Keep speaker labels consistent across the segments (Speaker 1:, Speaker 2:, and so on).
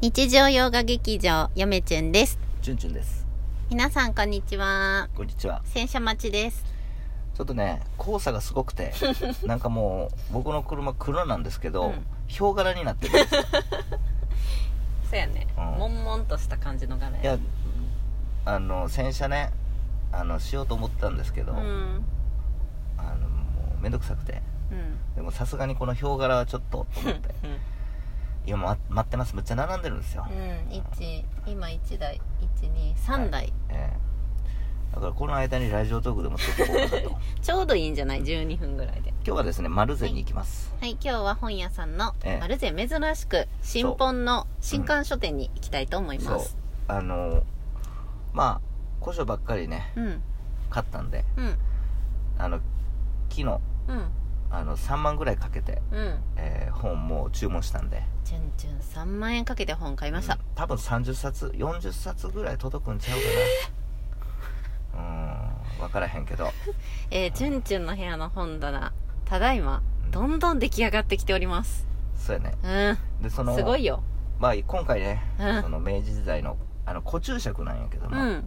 Speaker 1: 日常洋画劇場よめちゅんです
Speaker 2: チュンチュンです
Speaker 1: 皆さんこんにちは
Speaker 2: こんにちは
Speaker 1: 戦車町です
Speaker 2: ちょっとね黄砂がすご くてなんかもう僕の車黒なんですけど、
Speaker 1: うん
Speaker 2: ヒョウ柄に なってるんですよ
Speaker 1: そうやね、
Speaker 2: うん
Speaker 1: 悶々とした感じの画面
Speaker 2: いやあの洗車ねあのしようと思ったんですけど、
Speaker 1: うん
Speaker 2: あのもうめんどくさくて
Speaker 1: うん
Speaker 2: でもさすがにこのヒョウ柄はちょっとと思って今ま待ってますむっちゃ並んでるんですよ、
Speaker 1: うん一今1台123台、
Speaker 2: ええだからこの間にラジオトークでも撮っておこうか なと今
Speaker 1: ちょうどいいんじゃない12分ぐらいで
Speaker 2: 日はですね丸善に行きます、
Speaker 1: はい今日は本屋さんの、
Speaker 2: ええ
Speaker 1: まるで珍しく新本の新刊書店に行きたいと思い
Speaker 2: そ
Speaker 1: ま
Speaker 2: う
Speaker 1: す
Speaker 2: あのまあ古書ばっかりね
Speaker 1: うん
Speaker 2: 買ったんで
Speaker 1: うん
Speaker 2: あの昨日
Speaker 1: うん
Speaker 2: あの3万ぐらいかけて、
Speaker 1: うん
Speaker 2: えー本もう注文したんで
Speaker 1: ちゅんちゅん3万円かけて本買いまし
Speaker 2: う
Speaker 1: た
Speaker 2: ん、多分30冊40冊ぐらい届くんちゃうかなうーん分からへんけど
Speaker 1: えー、ちゅんちゅんの部屋の本棚ただいまどんどん出来上がってきております
Speaker 2: そうやね
Speaker 1: うん
Speaker 2: でその
Speaker 1: すごいよ
Speaker 2: まあ、今回ね、
Speaker 1: うん
Speaker 2: その明治時代のあの古注釈なんやけど
Speaker 1: う
Speaker 2: も、
Speaker 1: ん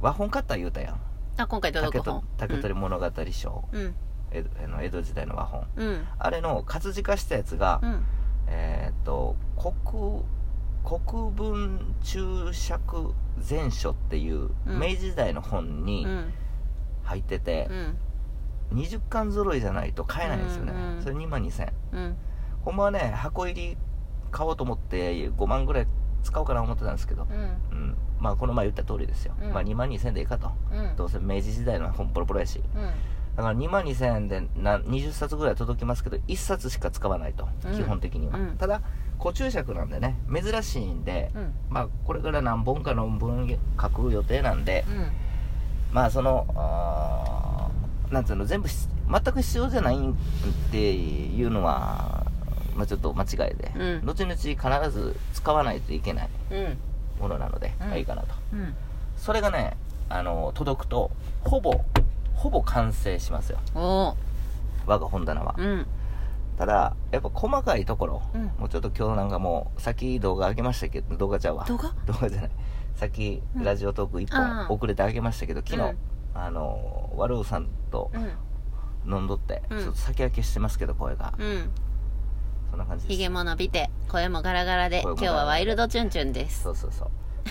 Speaker 2: 和本買った言うたやん
Speaker 1: あ今回届
Speaker 2: 竹
Speaker 1: く
Speaker 2: と
Speaker 1: 本
Speaker 2: 竹取物語賞、
Speaker 1: うん
Speaker 2: 江戸あの江戸時代の和本
Speaker 1: うん
Speaker 2: あれの活字化したやつが、
Speaker 1: うん
Speaker 2: えーっと国国文注釈全書っていう
Speaker 1: うん
Speaker 2: 明治時代の本に
Speaker 1: うん
Speaker 2: 入ってて
Speaker 1: う、ん
Speaker 2: 20巻揃いじゃないと買えないんですよね、
Speaker 1: うんうん
Speaker 2: それ2万2000円
Speaker 1: うん
Speaker 2: ほんまはね箱入り買おうと思って5万ぐらい使おうかな思ってたんですけど、
Speaker 1: うん
Speaker 2: うん、まあこの前言った通りですよ、
Speaker 1: うん
Speaker 2: まあ2万2000円でいいかと
Speaker 1: うん
Speaker 2: どうせ明治時代の本ボロボロやし
Speaker 1: うん
Speaker 2: だから2万2000円でな20冊ぐらい届きますけど1冊しか使わないと、
Speaker 1: うん
Speaker 2: 基本的には、
Speaker 1: うん
Speaker 2: ただ古注釈なんでね珍しいんで、
Speaker 1: うん
Speaker 2: まあこれから何本か論文書く予定なんで
Speaker 1: うん
Speaker 2: まあそのあーなんつうの全部し全く必要じゃないっていうのは、まあ、ちょっと間違いで、
Speaker 1: うん
Speaker 2: 後々必ず使わないといけない
Speaker 1: うん
Speaker 2: ものなので、
Speaker 1: うん
Speaker 2: まあいいかなと
Speaker 1: うん
Speaker 2: それがねあの届くとほぼほぼ完成しますよ
Speaker 1: おお
Speaker 2: 我が本棚は、
Speaker 1: うん
Speaker 2: ただやっぱ細かいところ、
Speaker 1: うん
Speaker 2: もうちょっと今日なんかもう先動画上げましたけど動画ちゃうわ
Speaker 1: 動画
Speaker 2: 動画じゃない先
Speaker 1: うん
Speaker 2: ラジオトーク1
Speaker 1: ああ
Speaker 2: 本遅れてあげましたけど昨日、
Speaker 1: うん
Speaker 2: あのワルーさんと
Speaker 1: うん
Speaker 2: 飲んどって、
Speaker 1: うん
Speaker 2: ちょっと先明けしてますけど声が、
Speaker 1: うん
Speaker 2: そんな感じ
Speaker 1: ひ
Speaker 2: で
Speaker 1: げ
Speaker 2: す
Speaker 1: も伸びて声もガラガラで今
Speaker 2: 声も
Speaker 1: 日
Speaker 2: ガラガ
Speaker 1: は
Speaker 2: ラ
Speaker 1: ワイルドチュンチュンです
Speaker 2: そうそうそう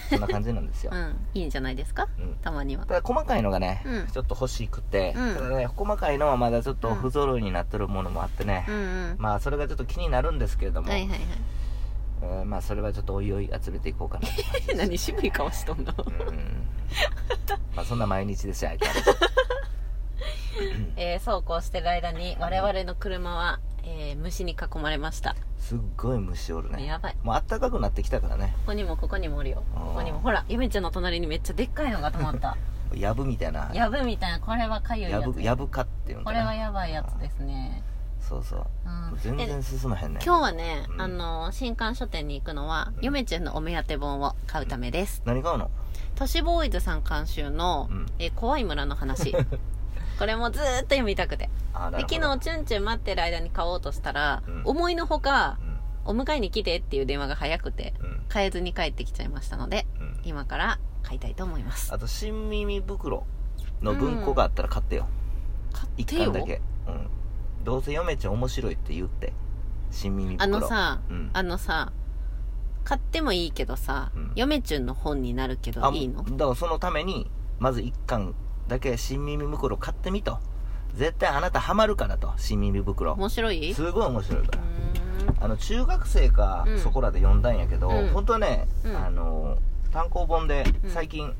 Speaker 2: そんな感じなんで すよ、
Speaker 1: うんいいんじゃないですか
Speaker 2: うん
Speaker 1: たまには
Speaker 2: ただ細かいのがね、
Speaker 1: うん
Speaker 2: ちょっと欲しくて、
Speaker 1: うん
Speaker 2: ただね細かいのはまだちょっと不揃いになってるものもあってね、
Speaker 1: うんうん
Speaker 2: まあそれがちょっと気になるんですけれども、
Speaker 1: はいはいはい
Speaker 2: えーまあそれはちょっとおいおい集めていこうかなって感じです
Speaker 1: 何渋い顔しとんの
Speaker 2: うんまあそんな毎日ですよ相変わらず
Speaker 1: えー、そうこうしてる間に我々の車は、えー虫に囲まれました
Speaker 2: すっごい虫おるね
Speaker 1: やばい
Speaker 2: もう暖かくなってきたからね
Speaker 1: ここにもここにもおるよ
Speaker 2: あー
Speaker 1: ここにもほらゆめちゃんの隣にめっちゃでっかいのが止まった
Speaker 2: やぶみたいな
Speaker 1: やぶみたいなこれはかゆいや
Speaker 2: や
Speaker 1: つ
Speaker 2: ぶやぶかっていうん
Speaker 1: こ
Speaker 2: か
Speaker 1: れは
Speaker 2: な
Speaker 1: やばいやつですね
Speaker 2: そうそう
Speaker 1: うん
Speaker 2: 全
Speaker 1: で
Speaker 2: 然進まへんね
Speaker 1: 今日はね、
Speaker 2: うん
Speaker 1: あのー新刊書店に行くのは、
Speaker 2: うん
Speaker 1: ゆめちゃんのお目当て本を買うためです、
Speaker 2: 何買うの
Speaker 1: 都市ボーイズさん監修の、
Speaker 2: うん
Speaker 1: えー怖い村の話 これもずーっと読みたくて
Speaker 2: あー
Speaker 1: で
Speaker 2: なるほ
Speaker 1: 昨
Speaker 2: ど
Speaker 1: 日チュンチュン待ってる間に買おうとしたら、
Speaker 2: うん
Speaker 1: 思いのほかお迎えに来てっていう電話が早くて
Speaker 2: うんうん
Speaker 1: 買えずに帰ってきちゃいましたので
Speaker 2: うん
Speaker 1: 今から買いたいと思います
Speaker 2: あと新耳袋の文庫があったら買ってよ
Speaker 1: 買っ
Speaker 2: 一
Speaker 1: てよ
Speaker 2: 巻だけうんどうせ嫁ちゃん面白いって言って新耳
Speaker 1: あ
Speaker 2: 袋
Speaker 1: のさ
Speaker 2: うん
Speaker 1: あのさ買ってもいいけどさ、
Speaker 2: うん
Speaker 1: 嫁チュンの本になるけどいいの
Speaker 2: だからそのためにまず1巻だけ新耳袋買ってみと絶対あなたハマるからと新耳袋
Speaker 1: 面白いうーん
Speaker 2: すごい面白いからあの中学生か
Speaker 1: うん
Speaker 2: そこらで読んだんやけど、
Speaker 1: うん
Speaker 2: 本当はね、
Speaker 1: うん
Speaker 2: あの単行本で
Speaker 1: うん
Speaker 2: 最近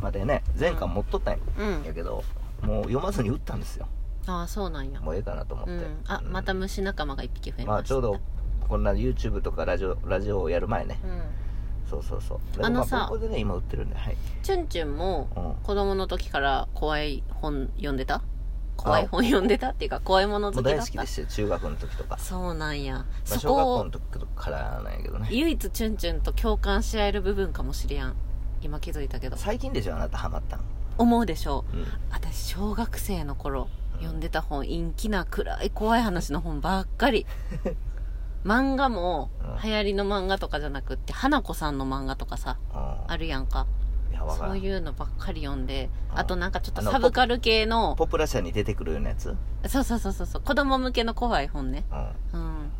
Speaker 2: までね全巻持っとったん
Speaker 1: うん
Speaker 2: やけど、もう読まずに売ったんですよ
Speaker 1: ああそうなんや
Speaker 2: もうええかなと思っ
Speaker 1: う
Speaker 2: て、
Speaker 1: んあ
Speaker 2: うん
Speaker 1: また虫仲間が一匹増えました
Speaker 2: まあちょうどこんな YouTube とかラジオラジオをやる前ね
Speaker 1: うん
Speaker 2: そうそうそう
Speaker 1: あのさ
Speaker 2: まここでね今売ってるんではい、
Speaker 1: チュンチュンも
Speaker 2: うん、
Speaker 1: 子供の時から怖い本読んでた怖い本読んでたっていうか怖いもの
Speaker 2: も
Speaker 1: 好
Speaker 2: う
Speaker 1: きだ
Speaker 2: 大
Speaker 1: っ
Speaker 2: 好き
Speaker 1: た
Speaker 2: でしたよ中学の時とか
Speaker 1: そうなんや、
Speaker 2: まあ、
Speaker 1: そ
Speaker 2: 小学校
Speaker 1: こ
Speaker 2: の
Speaker 1: を
Speaker 2: 時からなんやけどね
Speaker 1: 唯一チュンチュンと共感し合える部分かもしれやん今気づいたけど
Speaker 2: 最近でしょあなたハマったの
Speaker 1: 思うでしょう
Speaker 2: うん
Speaker 1: 私小学生 の頃読んでた本陰気な暗い怖い話の本ばっかり漫画も
Speaker 2: うん
Speaker 1: 流行りの漫画とかじゃなくって花子さんの漫画とかさあるやんか
Speaker 2: いやわから
Speaker 1: そ
Speaker 2: ん
Speaker 1: ういうのばっかり読んで
Speaker 2: うん
Speaker 1: あとなんかちょっと
Speaker 2: あの
Speaker 1: サブカル系の
Speaker 2: ポプラ社に出てくるようなやつ、うん、
Speaker 1: そうそうそうそうそう子供向けの怖い本ねうん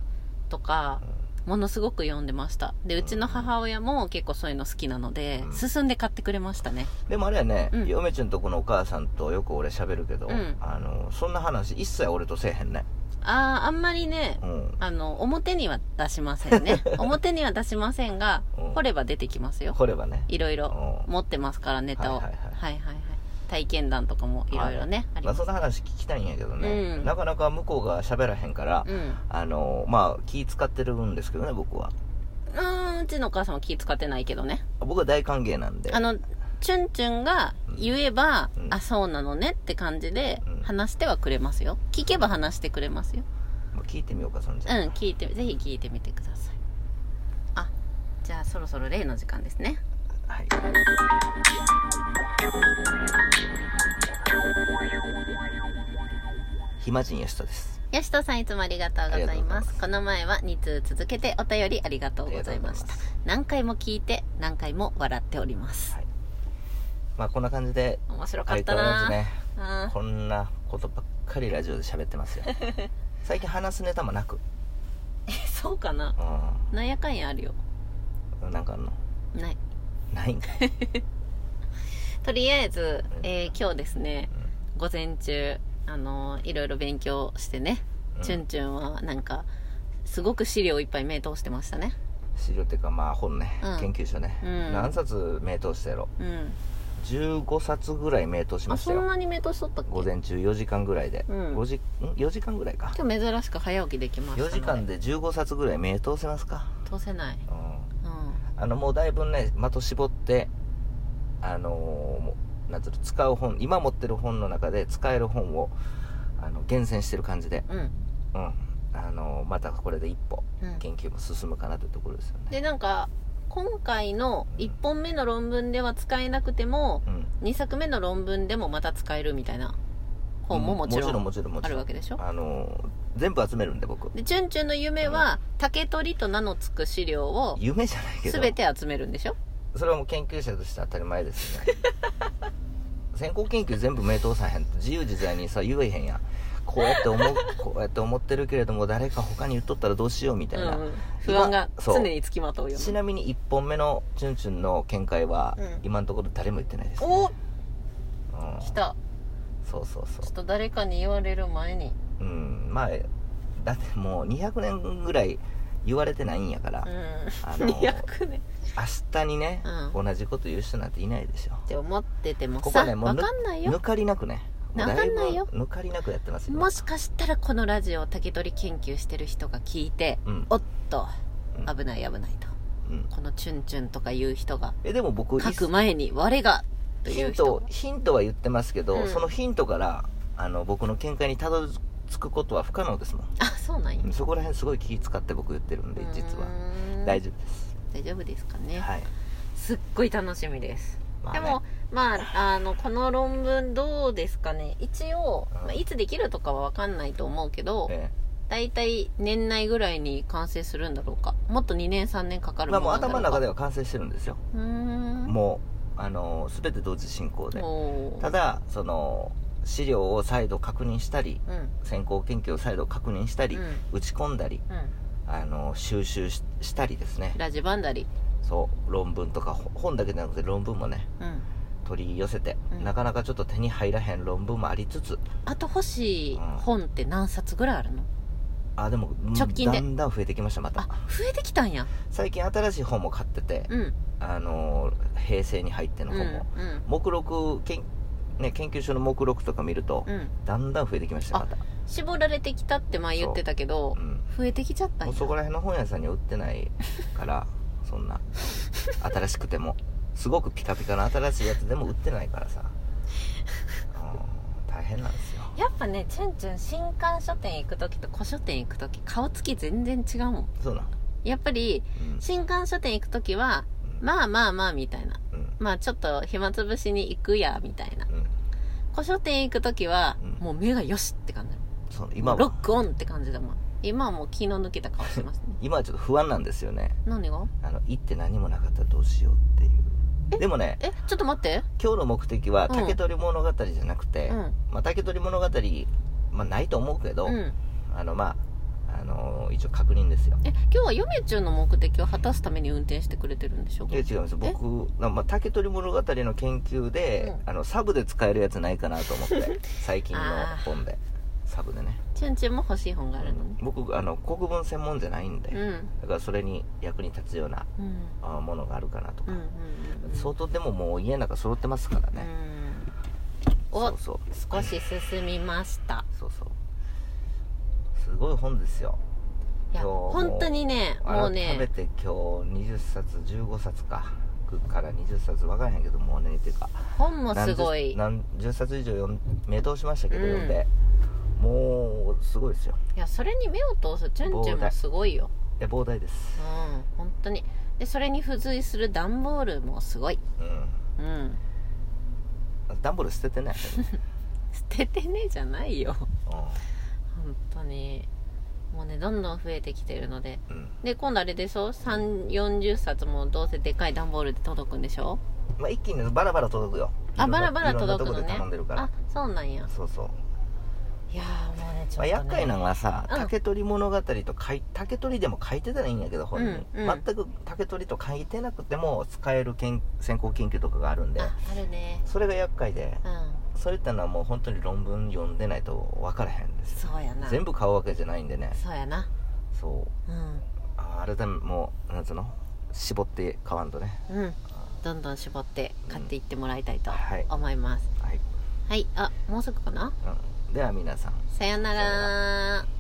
Speaker 1: とかものすごく読んでましたでうちの母親も結構そういうの好きなので
Speaker 2: うん
Speaker 1: 進んで買ってくれましたね
Speaker 2: でもあれやね、
Speaker 1: うん
Speaker 2: 嫁ちゃんとこのお母さんとよく俺喋るけど、
Speaker 1: うん
Speaker 2: あのそんな話一切俺とせえへんね
Speaker 1: あああんまりね
Speaker 2: うん
Speaker 1: あの表には出しません ね表には出しませんが
Speaker 2: うん
Speaker 1: 掘れば出てきますよ
Speaker 2: これはね
Speaker 1: いろいろ
Speaker 2: うん
Speaker 1: 持ってますからネタを
Speaker 2: は
Speaker 1: はいい
Speaker 2: は
Speaker 1: はいい
Speaker 2: はい
Speaker 1: はい体験談とかもいろいろねあり
Speaker 2: まあ、
Speaker 1: ま
Speaker 2: そ
Speaker 1: す
Speaker 2: んな話聞きたいんやけどね、
Speaker 1: うん
Speaker 2: なかなか向こうが喋らへんから、
Speaker 1: うん
Speaker 2: あのまあ気使ってるんですけどね僕は
Speaker 1: うーんうちのお母さんは気使ってないけどね
Speaker 2: 僕は大歓迎なんで
Speaker 1: あのチュンチュンが言えば、
Speaker 2: うん
Speaker 1: あそうなのねって感じで
Speaker 2: うん
Speaker 1: 話してはくれますよ聞けば話してくれますよ
Speaker 2: まあ聞いてみようかそんじ
Speaker 1: う
Speaker 2: ゃ、
Speaker 1: ん聞いてぜひ聞いてみてくださいあじゃあそろそろ例の時間ですね
Speaker 2: はい、暇人やしたです
Speaker 1: 吉田さんいつもありがとうござ
Speaker 2: あり
Speaker 1: い
Speaker 2: がとうござ
Speaker 1: ま
Speaker 2: いますす
Speaker 1: この前は2通続けてお便りありがとうございました
Speaker 2: ありがとうございます
Speaker 1: 何回も聞いて何回も笑っております、
Speaker 2: はいまあこんな感じで
Speaker 1: 面白か
Speaker 2: 相
Speaker 1: っ
Speaker 2: 変わ
Speaker 1: た
Speaker 2: ら
Speaker 1: な
Speaker 2: ずね
Speaker 1: あ
Speaker 2: こんなことばっかりラジオで喋っ てますよ最近話すネタもなく
Speaker 1: ー そうかななんやかんやあるよ
Speaker 2: うんなんかあんの
Speaker 1: ない
Speaker 2: ないんかい
Speaker 1: とりあえず、えー今日ですね
Speaker 2: うん
Speaker 1: 午前中あのーいろいろ勉強してね、
Speaker 2: うん
Speaker 1: チュンチュンはなんかすごく資料いっぱい目通してましたね
Speaker 2: 資料っていうかまあ本ね、
Speaker 1: うん
Speaker 2: 研究所ね、
Speaker 1: うん
Speaker 2: 何冊目通したやろ
Speaker 1: うん
Speaker 2: 15冊ぐらい目通しま
Speaker 1: あ
Speaker 2: した
Speaker 1: そん
Speaker 2: よ
Speaker 1: なに目通しとったっけ
Speaker 2: 午前中4時間ぐらいで、
Speaker 1: うん
Speaker 2: 5時ん4時間ぐらいか
Speaker 1: 今日珍しく早起きできましたの
Speaker 2: 4
Speaker 1: で
Speaker 2: 時間で15冊ぐらい目通せますか、
Speaker 1: 通せない
Speaker 2: うん、
Speaker 1: う
Speaker 2: あのもうだいぶね的絞ってあのーもうなんつうの使う本今持ってる本の中で使える本をあの厳選してる感じで
Speaker 1: んうん
Speaker 2: うんあのーまたこれで一歩
Speaker 1: うん
Speaker 2: 研究も進むかなというところですよね
Speaker 1: でなんか今回の1本目の論文では使えなくても
Speaker 2: うん
Speaker 1: 2作目の論文でもまた使えるみたいな本ももちろ
Speaker 2: うん
Speaker 1: ん
Speaker 2: もちろんもちろんも
Speaker 1: あ
Speaker 2: ちろ
Speaker 1: る
Speaker 2: ん
Speaker 1: わけでしょ
Speaker 2: あのー全部集めるんで僕
Speaker 1: でチュンチュンの夢は竹取と名の付く資料を
Speaker 2: 夢じゃないけど
Speaker 1: 全て集めるんでしょ
Speaker 2: それはもう研究者として当たり前ですね先行研究全部名刀さへんと自由自在にさ言えへんやんこうやって思 うこうやって思ってるけれども誰か他に言っとったらどうしようみたいな、
Speaker 1: うんうん、不安が
Speaker 2: 今そう
Speaker 1: 常につきまとうよね
Speaker 2: ちなみに1本目のチュンチュンの見解は、
Speaker 1: うん
Speaker 2: 今のところ誰も言ってないです、
Speaker 1: お
Speaker 2: うん
Speaker 1: 来た
Speaker 2: そうそう
Speaker 1: ちょ
Speaker 2: そ
Speaker 1: っと誰かに言われる前に
Speaker 2: ううんまあだってもう200年ぐらい言われてないんやから、
Speaker 1: うん
Speaker 2: あの
Speaker 1: 200年
Speaker 2: 明日にね、
Speaker 1: う
Speaker 2: 同じこと言う人なんていないでしょ
Speaker 1: って思ってても
Speaker 2: ここ
Speaker 1: さ
Speaker 2: はねもう
Speaker 1: 分かんないよ
Speaker 2: 抜かりなくねもうだぶ
Speaker 1: わかんないよ
Speaker 2: 抜かりなくやってますよ
Speaker 1: もしかしたらこのラジオを竹取研究してる人が聞いて
Speaker 2: うん
Speaker 1: おっと
Speaker 2: うん
Speaker 1: 危ない危ないと
Speaker 2: うん
Speaker 1: このチュンチュンとかいう人が
Speaker 2: えでも僕
Speaker 1: 書く前に我がと
Speaker 2: ヒ
Speaker 1: いう
Speaker 2: ン
Speaker 1: 人
Speaker 2: トヒントは言ってますけど、
Speaker 1: うん
Speaker 2: そのヒントからあの僕の見解にたどり着くことは不可能ですもん
Speaker 1: あそうなんや
Speaker 2: うんそこら辺すごい気使って僕言ってるんで実は
Speaker 1: うーん
Speaker 2: 大丈夫です、
Speaker 1: 大丈夫ですかね
Speaker 2: はい、
Speaker 1: すっごい楽しみです
Speaker 2: まあ
Speaker 1: で
Speaker 2: ね
Speaker 1: も、まあ、あの、この論文どうですかね。一応、
Speaker 2: うん
Speaker 1: まあいつできるとかはわかんないと思うけど、
Speaker 2: え
Speaker 1: だいたい年内ぐらいに完成するんだろうか。もっと2年3年かか
Speaker 2: え
Speaker 1: る
Speaker 2: まあ
Speaker 1: も
Speaker 2: もう
Speaker 1: のなんだろ
Speaker 2: 頭の
Speaker 1: うか。
Speaker 2: 中では完成してるんですよ、
Speaker 1: うーん。
Speaker 2: もうあの全て同時進行で
Speaker 1: おー
Speaker 2: ただその資料を再度確認したり
Speaker 1: うん。
Speaker 2: 先行研究を再度確認したり、
Speaker 1: うん
Speaker 2: 打ち込んだり
Speaker 1: うん。
Speaker 2: あの収集ししたりですね
Speaker 1: ラジバンダリ。
Speaker 2: そう論文とかほ本だけじゃなくて論文もね
Speaker 1: うん。
Speaker 2: 取り寄せて、
Speaker 1: うん
Speaker 2: なかなかちょっと手に入らへん論文もありつつ
Speaker 1: あと欲しい
Speaker 2: うん
Speaker 1: 本って何冊ぐらいあるの
Speaker 2: あでもうん
Speaker 1: 直近で
Speaker 2: だんだん増えてきましたまた
Speaker 1: あ、増えてきたんや。
Speaker 2: 最近新しい本も買ってて、
Speaker 1: うん。
Speaker 2: あのー平成に入っての
Speaker 1: うん。う
Speaker 2: 本も、
Speaker 1: ん。
Speaker 2: 目録研,、ね、研究所の目録とか見ると、
Speaker 1: うん。
Speaker 2: だんだん増えてきましたまた、
Speaker 1: 絞られてきたって前言ってたけど
Speaker 2: う、ん、
Speaker 1: 増えてきちゃったん
Speaker 2: もう
Speaker 1: や。
Speaker 2: そこら辺の本屋さんには売ってないから そんな新しくてもすごくピカピカの新しいやつでも売ってないか らさ、うん、大変なんですよ
Speaker 1: やっぱねチュンチュン新刊書店行く時と古書店行く時顔つき全然違うもん
Speaker 2: そうなん、
Speaker 1: やっぱり
Speaker 2: うん
Speaker 1: 新刊書店行く時は
Speaker 2: うん
Speaker 1: まあまあまあみたいな
Speaker 2: うん
Speaker 1: まあちょっと暇つぶしに行くやみたいな
Speaker 2: うん
Speaker 1: 古書店行く時は
Speaker 2: うん
Speaker 1: もう目がよしって感じ
Speaker 2: そう今
Speaker 1: ロッ
Speaker 2: は
Speaker 1: クオンって感じだもん今はもう気の抜けた顔してますね
Speaker 2: 今はちょっと不安なんですよね
Speaker 1: 何が
Speaker 2: あの行って何もなかったらどうしようっていうでもね
Speaker 1: えちょっと待って
Speaker 2: 今日の目的は
Speaker 1: うん
Speaker 2: 竹取物語じゃなくて、
Speaker 1: うん
Speaker 2: まあ、竹取物語、まあ、ないと思うけど、
Speaker 1: うん
Speaker 2: あのまあ、あのー一応確認ですよ
Speaker 1: え今日は嫁中の目的を果たすために運転してくれてるんでしょ
Speaker 2: いや違うんです
Speaker 1: え
Speaker 2: 僕、まあ、竹取物語の研究で、あのサブで使えるやつないかなと思って 最近の本でサブでね、
Speaker 1: チュンチュンも欲しい本があるのね
Speaker 2: 僕あの国文専門じゃないんで、
Speaker 1: うん
Speaker 2: だからそれに役に立つような
Speaker 1: うん
Speaker 2: あものがあるかなと
Speaker 1: う
Speaker 2: か、
Speaker 1: んうん
Speaker 2: 相当でももう家の中揃ってますから
Speaker 1: う
Speaker 2: ね、
Speaker 1: ん
Speaker 2: そう
Speaker 1: お
Speaker 2: そう
Speaker 1: 少し進みました
Speaker 2: そうそうすごい本ですよ
Speaker 1: いや
Speaker 2: 今日も
Speaker 1: 本当にねもう
Speaker 2: 改め
Speaker 1: ね
Speaker 2: て今日20冊15冊かから20冊分からへんけどもうねっていうか
Speaker 1: 本もすごいい
Speaker 2: 何十何十冊以上読ん目通しましたけど、
Speaker 1: うん
Speaker 2: 読んでもうすごいですよ
Speaker 1: やそれに目を通すチュンチュンもすごいよ
Speaker 2: え膨大で
Speaker 1: う
Speaker 2: す
Speaker 1: ん本当にでそれに付随する段ボールもすごい
Speaker 2: うん
Speaker 1: うん
Speaker 2: 段ボール捨 ててね、
Speaker 1: 捨ててねじゃないよ
Speaker 2: う
Speaker 1: 本当にもうねどんどん増えてきてるので
Speaker 2: んうん
Speaker 1: で今度あれでしょ3 4 0冊もどうせでかい段ボールで届くんでしょ
Speaker 2: まあ、一気にねバラバラ届くよ
Speaker 1: あ
Speaker 2: いろんな
Speaker 1: バラバラ届くの
Speaker 2: いろんなとこ
Speaker 1: ね
Speaker 2: で頼んでるから
Speaker 1: あそうなんや
Speaker 2: そうそう、
Speaker 1: いやーもうねちょっ
Speaker 2: ま
Speaker 1: と、
Speaker 2: あ、
Speaker 1: ね、
Speaker 2: 厄介なのはさ「
Speaker 1: うん
Speaker 2: 竹取物語」と書い竹取でも書いてたらいいんやけど本に、
Speaker 1: うんうん
Speaker 2: 全く竹取と書いてなくても使える研先行研究とかがあるんで
Speaker 1: ああるね
Speaker 2: それが厄介で
Speaker 1: うん
Speaker 2: そういったのはもう本当に論文読んでないと分からへんです
Speaker 1: そうやな
Speaker 2: 全部買うわけじゃないんでね
Speaker 1: そうやな
Speaker 2: そう
Speaker 1: うん
Speaker 2: あ改めもうなんつうの絞って買わんとね
Speaker 1: うんどんどん絞って買っていってもらいたいと
Speaker 2: はい、
Speaker 1: 思います、
Speaker 2: はい
Speaker 1: はいあもうすぐかな
Speaker 2: うん、では皆さん
Speaker 1: さよな
Speaker 2: さよ
Speaker 1: ら